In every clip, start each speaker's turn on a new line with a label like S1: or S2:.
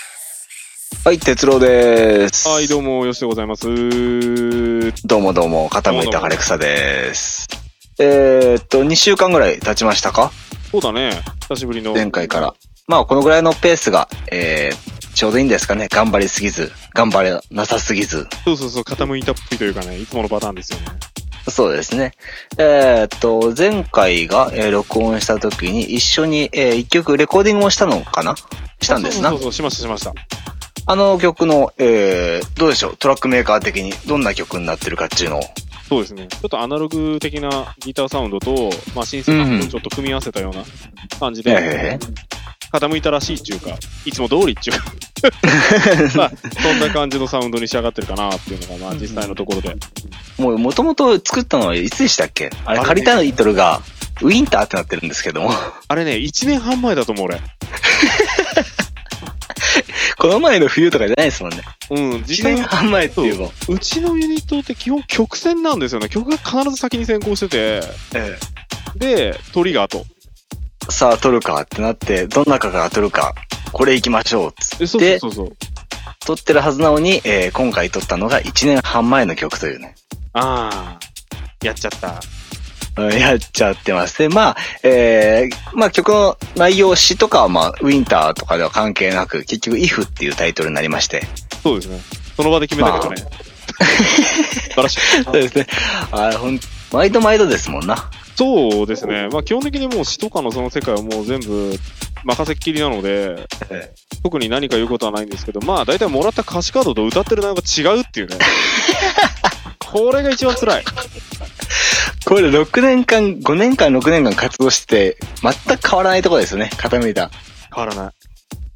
S1: です。
S2: はい、哲郎です。
S1: はい、どうも、よしでございます。は
S2: どうもどうも、傾いた枯れ草です。えーっと、2週間ぐらい経ちましたか
S1: そうだね。久しぶりの。
S2: 前回から。まあ、このぐらいのペースが、えー、ちょうどいいんですかね。頑張りすぎず、頑張れなさすぎず。
S1: そうそうそう、傾いたっぷりというかね、いつものパターンですよね。
S2: そうですね。えーっと、前回が、えー録音した時に一緒に、えー一曲レコーディングをしたのかなしたんですな
S1: そう。そうそう、しましたしました。
S2: あの曲の、えー、どうでしょうトラックメーカー的にどんな曲になってるかっていうのを。
S1: そうですね。ちょっとアナログ的なギターサウンドと、まあ、シンセ
S2: うんう
S1: 感
S2: ん
S1: をちょっと組み合わせたような感じ
S2: え
S1: で、傾いたらしいっていうか、いつも通りっていうか、 まあ、そんな感じのサウンドに仕上がってるかなっていうのが、まあ、実際のところで。
S2: もう、もともと作ったのはいつでしたっけあ
S1: あ
S2: れ、
S1: れね
S2: 借りたのイトルが、ウィンターってなってるんですけども、
S1: あれね、1年半前だと思う、俺。
S2: この前の冬とかじゃないですもんね。
S1: うん、
S2: 1
S1: 実際
S2: 年半前っていうの。
S1: うちのユニットって基本曲線なんですよね。曲が必ず先に先行してて、
S2: ええ
S1: で、トリガーと。
S2: さあ、撮るかってなって、どんな中から撮るか、これ行きましょうっつ
S1: え
S2: っ
S1: そう
S2: て
S1: そ、うそうそう。
S2: 撮ってるはずなのに、えー今回撮ったのが1年半前の曲というね。
S1: ああ、やっちゃった。
S2: うんやっちゃってます。で、まあ、えーまあ曲の内容、詩とかはまあ、ウィンターとかでは関係なく、結局、if っていうタイトルになりまして。
S1: そうですね。その場で決めたけどね。 素晴らしい。
S2: そうですね。あーほん、毎度毎度ですもんな。
S1: そうですね。まあ基本的にもう詩とかのその世界はもう全部任せっきりなので、
S2: え
S1: 特に何か言うことはないんですけど、まあ大体もらった歌詞カードと歌ってる内容が違う っていうね。これが一番辛い。
S2: これ6年間、5年間、6年間活動して、全く変わらないところですよね。傾いた。
S1: 変わらない。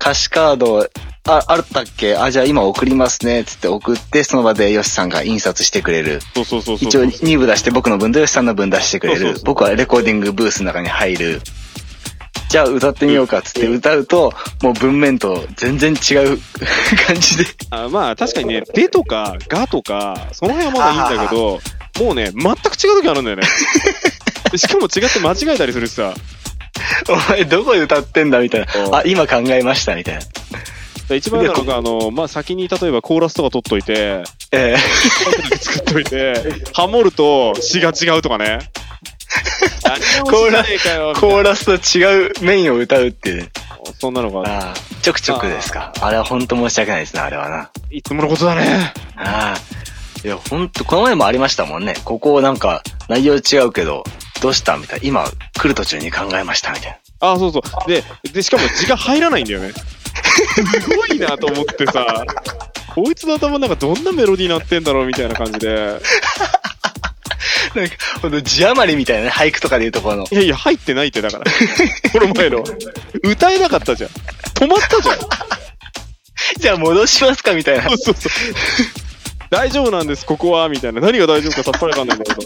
S2: 歌詞カード、あ、あったっけあ、じゃあ今送りますね。つって送って、その場でヨシさんが印刷してくれる。
S1: そうそうそうそう
S2: 一応2部出して僕の分とヨシさんの分出してくれ
S1: そうそ
S2: る
S1: うそ。う
S2: 僕はレコーディングブースの中に入る。じゃあ歌ってみようかっつって歌うと、もう文面と全然違う 感じで。
S1: あまあ確かにね、でとか、がとか、その辺はまだいいんだけど、もうね、全く違う時あるんだよね。 でしかも違って間違えたりするしさ、
S2: お前どこで歌ってんだみたいな。あ、今考えましたみたいな。
S1: で一番嫌なのが、あの、まあ先に例えばコーラスとか取っといて、
S2: ええ
S1: 作っといて、ハモると詩が違うとかね。何も知らねえかよみたい
S2: コーラスと違うメインを歌うっていうね。
S1: なそんなのが、
S2: ああ、ちょくちょくですか。あれは本当申し訳ないですね、あれはな。
S1: いつものことだね。
S2: ああ。いや、本当この前もありましたもんね。ここなんか、内容違うけど、どうしたみたいな。今、来る途中に考えました、みたい
S1: あ、そうそう。で、で、しかも字が入らないんだよね。すごいなと思ってさ、こいつの頭の中どんなメロディーなってんだろうみたいな感じで。
S2: な。なんか、ほんと字余りみたいなね、俳句とかでいうところの。
S1: いやいや、入ってないって、だから。この前の。歌えなかったじゃん。止まったじゃん。
S2: じゃあ戻しますか、みたいな。
S1: そうそうそう。大丈夫なんです、ここは、みたいな。何が大丈夫かさっぱりわかんないんだけど。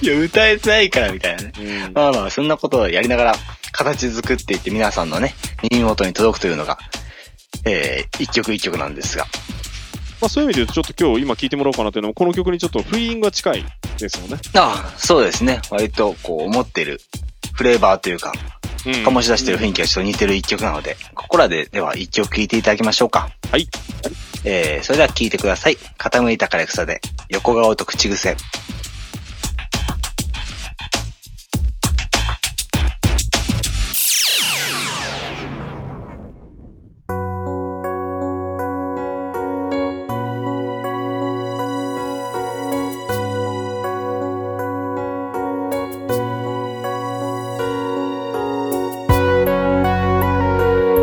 S2: いや、歌えてないから、みたいなね。
S1: うん
S2: まあまあ、そんなことをやりながら、形作っていって皆さんのね、耳元に届くというのが、えー、一曲一曲なんですが。
S1: まあ、そういう意味で言うと、ちょっと今日、今聴いてもらおうかなっていうのも、この曲にちょっとフィーリングが近いですよね。
S2: ああ、そうですね。割と、こう、思ってる、フレーバーというか、
S1: うん。
S2: 醸し出してる雰囲気がちょっと似てる一曲なので、ここらで、では一曲聴いていただきましょうか。
S1: はい。
S2: えー、それでは聴いてください。傾いた枯れ草で、横顔と口癖。
S3: 「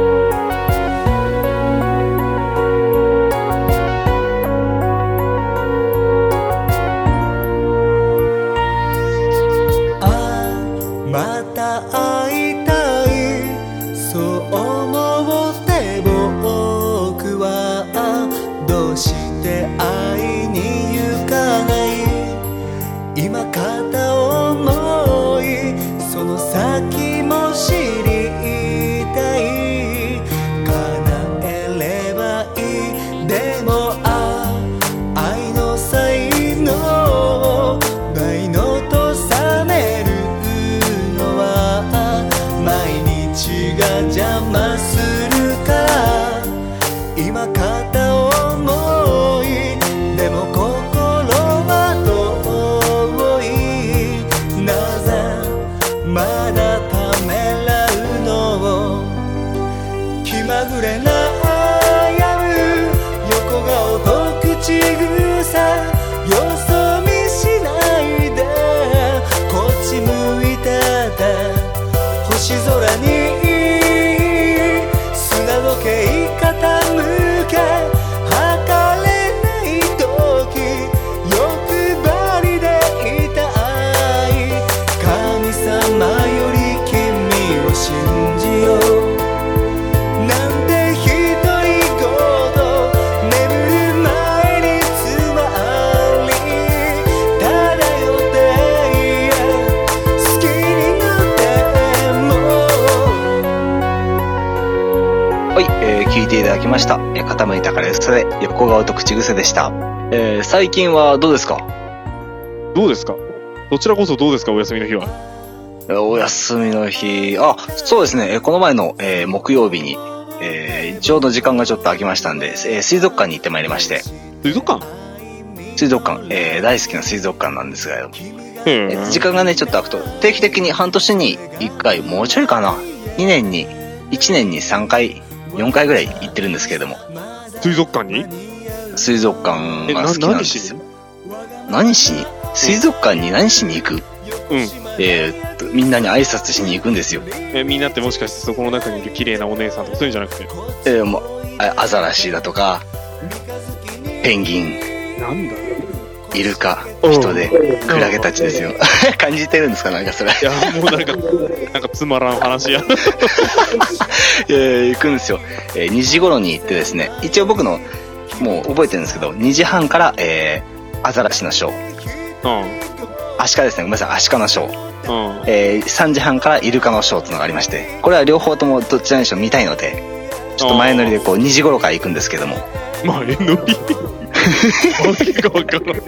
S2: ていただきました。えー傾いたからです。それ、横顔と口癖でした。えー最近はどうですか
S1: どうですかどちらこそどうですかお休みの日は。
S2: えーお休みの日、あ、そうですね。えーこの前の、えー木曜日に、えーちょうど時間がちょっと空きましたんで、えー水族館に行ってまいりまして、
S1: 水族館
S2: 水族館、えー大好きな水族館なんですが、
S1: へ
S2: え
S1: え。
S2: 時間がね、ちょっと空くと、定期的に半年に1回、もうちょいかな。2年に、1年に3回、4回ぐらい行ってるんですけれども、
S1: 水族館に
S2: 水族館
S1: え、
S2: が
S1: な
S2: 好きなん
S1: 何
S2: で
S1: し
S2: すよ
S1: に。
S2: 何しに水族館に何しに行く
S1: うん。
S2: えーっと、みんなに挨拶しに行くんですよ。
S1: え、みんなってもしかしてそこの中にいる綺麗なお姉さんとかそういうんじゃなくて。
S2: えー、もう、あアザラシだとか、ペンギン、
S1: なんだ
S2: イルカ、
S1: うん
S2: 人で、クラゲたちですよ。 感じてるんですかなんかそれ。
S1: いや、もうなんか、なんかつまらん話や。
S2: えー行くんですよ、えー2時頃に行ってですね一応僕のもう覚えてるんですけど2時半から、えーアザラシのショー
S1: うん。
S2: アシカですねごめんなさいアシカのショー、
S1: うん。
S2: えー3時半からイルカのショーっていうのがありましてこれは両方ともどちらにしろ見たいのでちょっと前乗りでこう2時頃から行くんですけども
S1: 前乗りわけがわからない。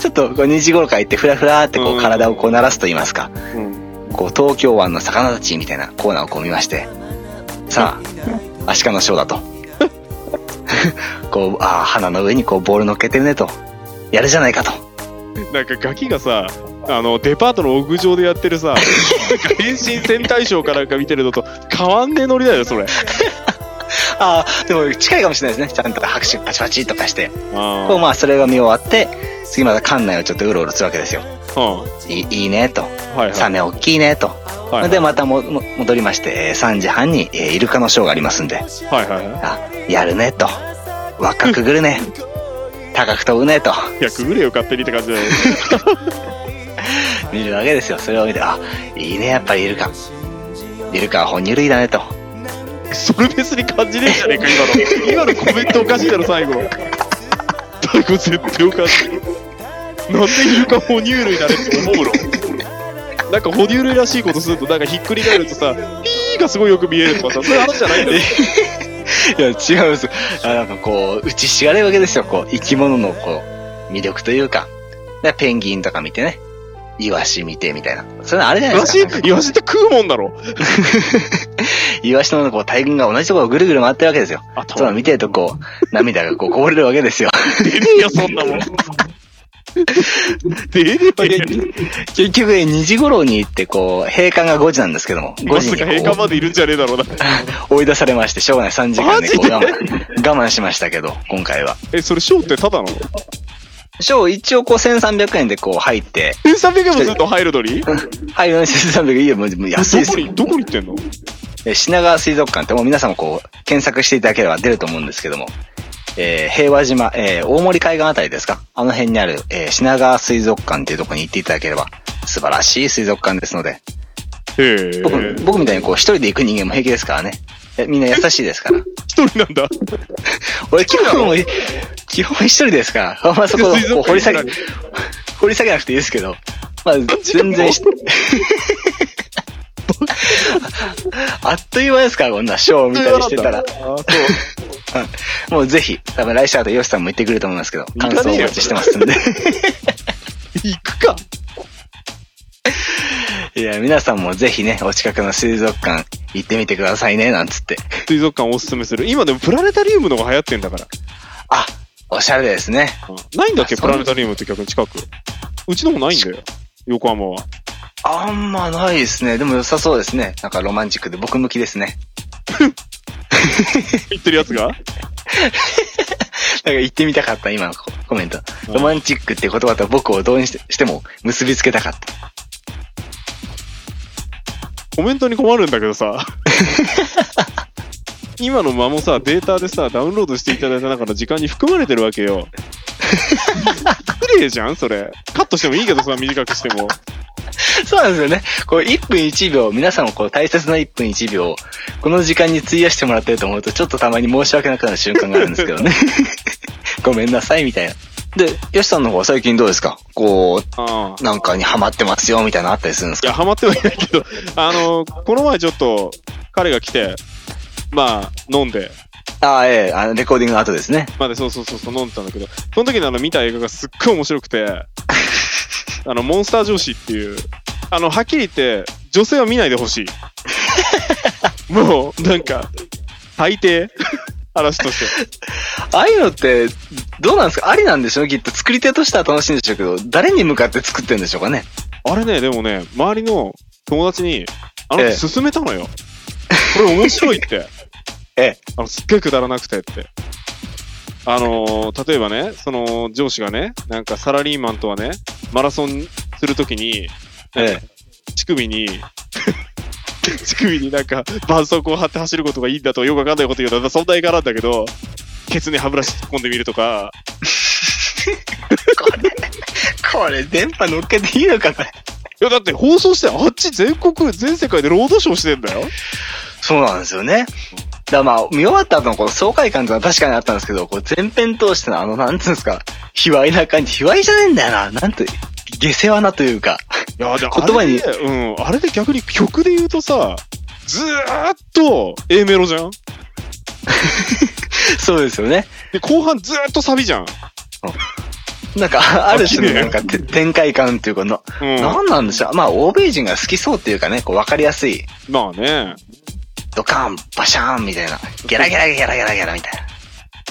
S2: ちょっとこう2時頃から行ってフラフラーってこ
S1: う
S2: うん体をこう鳴らすと言いますか、
S1: うん。
S2: こう東京湾の魚たちみたいなコーナーをこう見ましてさあアシカのショーだと こうああ花の上にこうボール乗っけてるねとやるじゃないかと
S1: なんかガキがさ、あの、デパートの屋上でやってるさ、なんか変身戦隊ショーかなんか見てるのと変わんねえノリだよ、それ。
S2: ああでも近いかもしれないですねちゃんと拍手パチパチとかして
S1: あ
S2: こうまあそれが見終わって次また館内をちょっとうろうろするわけですよ
S1: あ。うん。はい
S2: いいいねと
S1: いは
S2: サ
S1: い。
S2: メ大きいねと、
S1: はい
S2: でまたもも戻りましてえー3時半にえーイルカのショーがありますんで
S1: はいはいは
S2: あやるねと若くぐる ね高く飛ぶねと
S1: い。いや、くぐれよ、勝手にって感じだよ。
S2: 見るわけですよそれを見てあいいねやっぱりイルカイルカは哺乳類だねと
S1: それ別に感じねえじゃねえか、 今の。今のコメントおかしいだろ、最後。最後絶対おかしい。なんでイルカ哺乳類だねって思うのなんか哺乳類らしいことすると、なんかひっくり返るとさ、ピーがすごいよく見えるとかさ、そういう話じゃないんだよ。
S2: いや違うんですあなんかこう打ちひしがれるわけですよこう生き物のこう魅力というかでペンギンとか見てねイワシ見てみたいなそれあれじゃないで
S1: イワ
S2: すか
S1: シ
S2: なんか
S1: イワシって食うもんだろ。
S2: イワシのこう大群が同じところをぐるぐる回ってるわけですよそ
S1: 頭
S2: う見てるとこう涙がこうこぼれるわけですよ
S1: 出ねえよ、そんなもん。
S2: で
S1: 出ねえよ。
S2: 結局ね2時頃に行ってこう閉館が5時なんですけども5
S1: ま
S2: 時
S1: さ
S2: に
S1: か閉館
S2: こ
S1: までいるんじゃねえだろうな。
S2: う追い出されましてしょうがない3時間でこう
S1: マ
S2: 我慢我慢しましたけど今回は
S1: え、それショーってただなの
S2: ショー一応こう1300円でこう入って、
S1: ?1300 円もすると入るのに
S2: 入るのに1300円、いいよ、もうもう安いで
S1: どこ
S2: す
S1: に、
S2: よ。
S1: どこに行ってんの
S2: え品川水族館ってもう皆さんもこう、検索していただければ出ると思うんですけども、えー平和島、えー大森海岸あたりですかあの辺にある、えー品川水族館っていうところに行っていただければ、素晴らしい水族館ですので、
S1: へえ。
S2: 僕、僕みたいにこう、一人で行く人間も平気ですからね。えみんな優しいですから。
S1: 一人なんだ。
S2: 俺、基 本も、基本一人ですから、あんまそこ、こ
S1: 水族
S2: う掘
S1: 館
S2: り下げ
S1: に行、
S2: 掘り下げなくていいですけど、まあ、全然し、 あっという間ですから、こんなショーみたりしてたら
S1: あ、そう。
S2: もうぜひ、多分来週あとヨシさんも行ってくると思いますけど、
S1: 行
S2: 感
S1: か
S2: 想お
S1: ねえよ
S2: 待ちしてますんで。
S1: 行くか。
S2: いや、皆さんもぜひね、お近くの水族館行ってみてくださいね、なんつって。
S1: 水族館おすすめする。今でもプラネタリウムのが流行ってんだから。
S2: あ、おしゃれですね。
S1: ないんだっけ
S2: あ
S1: プ
S2: そう
S1: ラネタリウムって逆に近く。うちのもないんだよ。横浜は。
S2: あんまないですね。でも良さそうですね。なんかロマンチックで僕向きですね。
S1: 行ってるやつが
S2: なんか言ってみたかった、今のココメント。
S1: うん
S2: ロマンチックって言葉と僕をどうにしてしても結びつけたかった。
S1: コメントに困るんだけどさ。今の間もさ、データでさ、ダウンロードしていただいた中の時間に含まれてるわけ よ。失礼じゃんそれ。カットしてもいいけどさ、短くしても。
S2: そうなんですよね。こう、1分1秒、皆さんもこう、大切な1分1秒を、この時間に費やしてもらってると思うと、ちょっとたまに申し訳なくなる瞬間があるんですけ どね。ごめんなさい、みたいな。で、ヨシさんの方は最近どうですかこ
S1: ああ
S2: う、。なんかにハマってますよ、みたいなのあったりするんです
S1: いや、
S2: か
S1: ハマってはいないけど、あの、この前ちょっと、彼が来て、まあ、飲んで、
S2: ああ、ええあの、レコーディングの後ですね。
S1: まあで、そうそうそうそう、飲んでたんだけど、その時のあの、見た映画がすっごい面白くて、あの、モンスター上司っていう、あの、はっきり言って、女性は見ないでほしい。もう、なんか、大抵、嵐として。
S2: ああいうのって、どうなんですかありなんでしょうきっと作り手としては楽しいんでしょうけど、誰に向かって作ってるんでしょうかね
S1: あれね、でもね、周りの友達に、あの、
S2: ええ
S1: 勧めたのよ。これ面白いって。
S2: ええ
S1: あの、すっげえくだらなくてって。あのー例えばね、その、上司がね、なんかサラリーマンとはね、マラソンするときに、
S2: え
S1: 乳首に、 乳首になんか、絆創膏を貼って走ることがいいんだとかよくわかんないこと言うと、そんな映画なんだけど、ケツに歯ブラシ突っ込んでみるとか、
S2: これ、電波乗っけていいのかな
S1: いやだって放送してあっち全国、全世界でロードショーしてんだよ。
S2: そうなんですよね。だからまあ、見終わった後のこの爽快感というのは確かにあったんですけど、こう前編通してのあの、なんつうんですか、卑猥な感じ、卑猥じゃねえんだよな。なんて、下世話なというか。
S1: いや、でも
S2: 言葉に
S1: あれでうん、あれで逆に曲で言うとさ、ずーっと A メロじゃん
S2: そうですよね。
S1: で、後半ずーっとサビじゃん。
S2: なん か、ある種のなんかて展開感っていうかの、
S1: うん。
S2: なんなんでしょう。まあ、欧米人が好きそうっていうかね、こう、わかりやすい。
S1: まあね、
S2: ドカン、バシャーンみたいな。ゲラゲラゲラゲラゲラみたい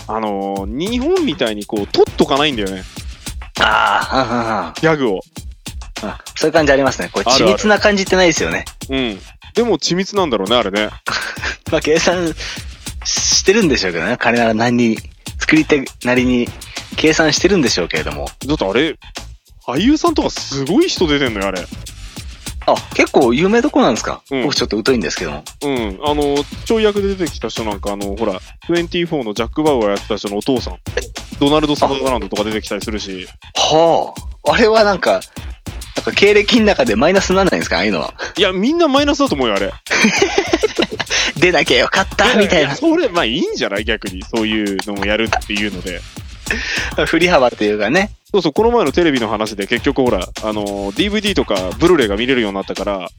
S2: な。
S1: あのー日本みたいにこう、取っとかないんだよね、
S2: ああ、はんはんはん
S1: ギャグを。
S2: あそういう感じありますね。こう、
S1: ある
S2: 緻
S1: ある
S2: 密な感じってないですよね。
S1: うん。でも緻密なんだろうね、あれね。
S2: まあ、計算してるんでしょうけどね。彼なら何に、作り手なりに計算してるんでしょうけれども。
S1: だってあれ、俳優さんとかすごい人出てんのよ、あれ。
S2: あ、結構有名どころなんですか、
S1: うん
S2: 僕ちょっと疎いんですけども。
S1: うん。あの、ちょい役で出てきた人なんか、あの、ほら、24のジャック・バウアーやってた人のお父さん、ドナルド・サザーランドとか出てきたりするし、
S2: はあ。あれはなんか、なんか経歴の中でマイナスにならないんですかああいうのは。
S1: いや、みんなマイナスだと思うよ、あれ。
S2: 出なきゃよかったみたい
S1: や
S2: な。
S1: それ、まあいいんじゃない逆に、そういうのもやるっていうので。
S2: 振り幅っていうかね。
S1: そうそう、この前のテレビの話で結局ほら、あの、DVD とかブルーレイが見れるようになったから、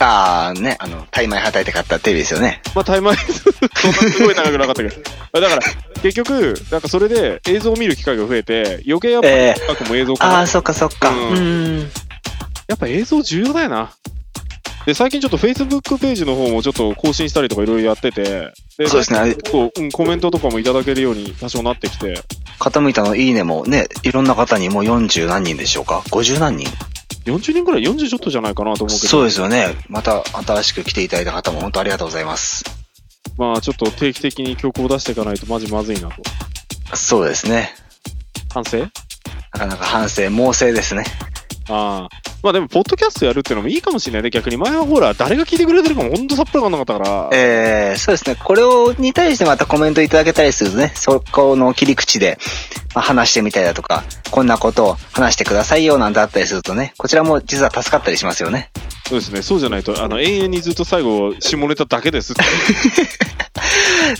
S2: ああ、ね、あの、タイマイはたいて買ったテレビですよね。
S1: まあタイマイ、そんなすごい長くなかったけど。 だから、結局、なんかそれで映像を見る機会が増えて、余計やっぱ、
S2: ええ
S1: 音楽も映像化
S2: あ
S1: も
S2: あ、そっかそっか。
S1: うん
S2: うん。
S1: やっぱ映像重要だよな。で、最近ちょっと Facebook ページの方もちょっと更新したりとかいろいろやってて、で、
S2: そうですね。あれ
S1: 結構、うん、コメントとかもいただけるように多少なってきて、
S2: 傾いたのいいねもね、いろんな方にもう40何人でしょうか ?50 何人
S1: 40人くらい、40ちょっとじゃないかなと思うけど、
S2: そうですよね。また新しく来ていただいた方も本当ありがとうございます。
S1: まあちょっと定期的に曲を出していかないとマジまずいなと。
S2: そうですね。
S1: 反省
S2: なかなか反省、猛省ですね。
S1: ああ。まあでも、ポッドキャストやるってのもいいかもしれないね。逆に前はほら、誰が聞いてくれてるかもほんとさっぱりわかんなかったから。
S2: えー、そうですね。これを、に対してまたコメントいただけたりするとね、そこの切り口で、まあ話してみたりだとか、こんなことを話してくださいよなんてあったりするとね、こちらも実は助かったりしますよね。
S1: そうですね。そうじゃないと、あの、永遠にずっと最後、下ネタだけですって。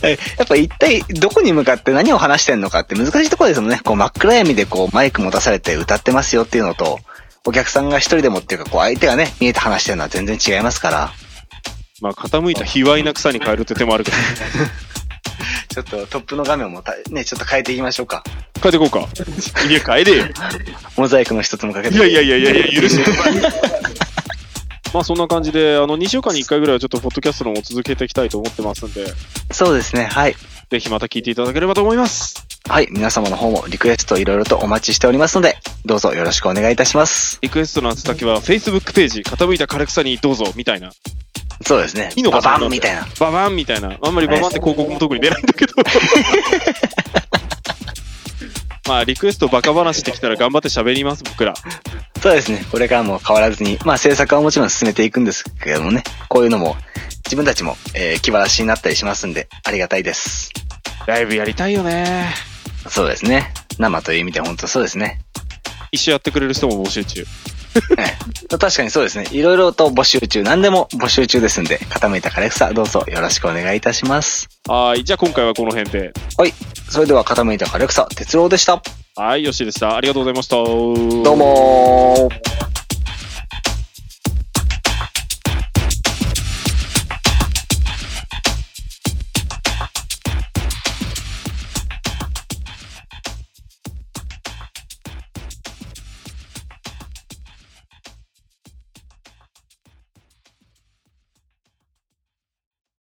S2: えやっぱ一体どこに向かって何を話してんのかって難しいところですもんね。こう真っ暗闇でこうマイク持たされて歌ってますよっていうのと、お客さんが一人でもっていうかこう相手がね、見えて話してるのは全然違いますから。
S1: まあ、傾いた卑猥な草に変えるって手もあるけど。
S2: ちょっとトップの画面もたね、ちょっと変えていきましょうか。
S1: 変えていこう か。いや、変えれよ。
S2: モザイクの一つもかけて。
S1: いやいやいやいやいや、許 してください。まあそんな感じで、あの、2週間に1回ぐらいはちょっと、ポッドキャストの方も続けていきたいと思ってますんで、
S2: そうですね。はい。
S1: ぜひまた聞いていただければと思います。
S2: はい。皆様の方もリクエストいろいろとお待ちしておりますので、どうぞよろしくお願いいたします。
S1: リクエストの宛先は、Facebook ページ、傾いた枯草にどうぞ、みたいな。
S2: そうですね。
S1: いいのか
S2: バ
S1: な
S2: バンみたいな。
S1: ババンみたいな。あんまりババンって広告も特に出ないんだけど。まあ、リクエストバカ話してきたら頑張って喋ります、僕ら。
S2: そうですね。これからも変わらずに、まあ制作はもちろん進めていくんですけれどもね、こういうのも自分たちも、えー気晴らしになったりしますんで、ありがたいです。
S1: ライブやりたいよね。
S2: そうですね。生という意味では本当そうですね。
S1: 一緒やってくれる人も募集中。
S2: ええ確かにそうですね。いろいろと募集中、何でも募集中ですんで、傾いたカレクサ、どうぞよろしくお願いいたします。
S1: はい。じゃあ今回はこの辺で。
S2: はい。それでは傾いたカレクサ、哲郎でした。
S1: はい、よしでした。ありがとうございました。ど
S2: どうもー。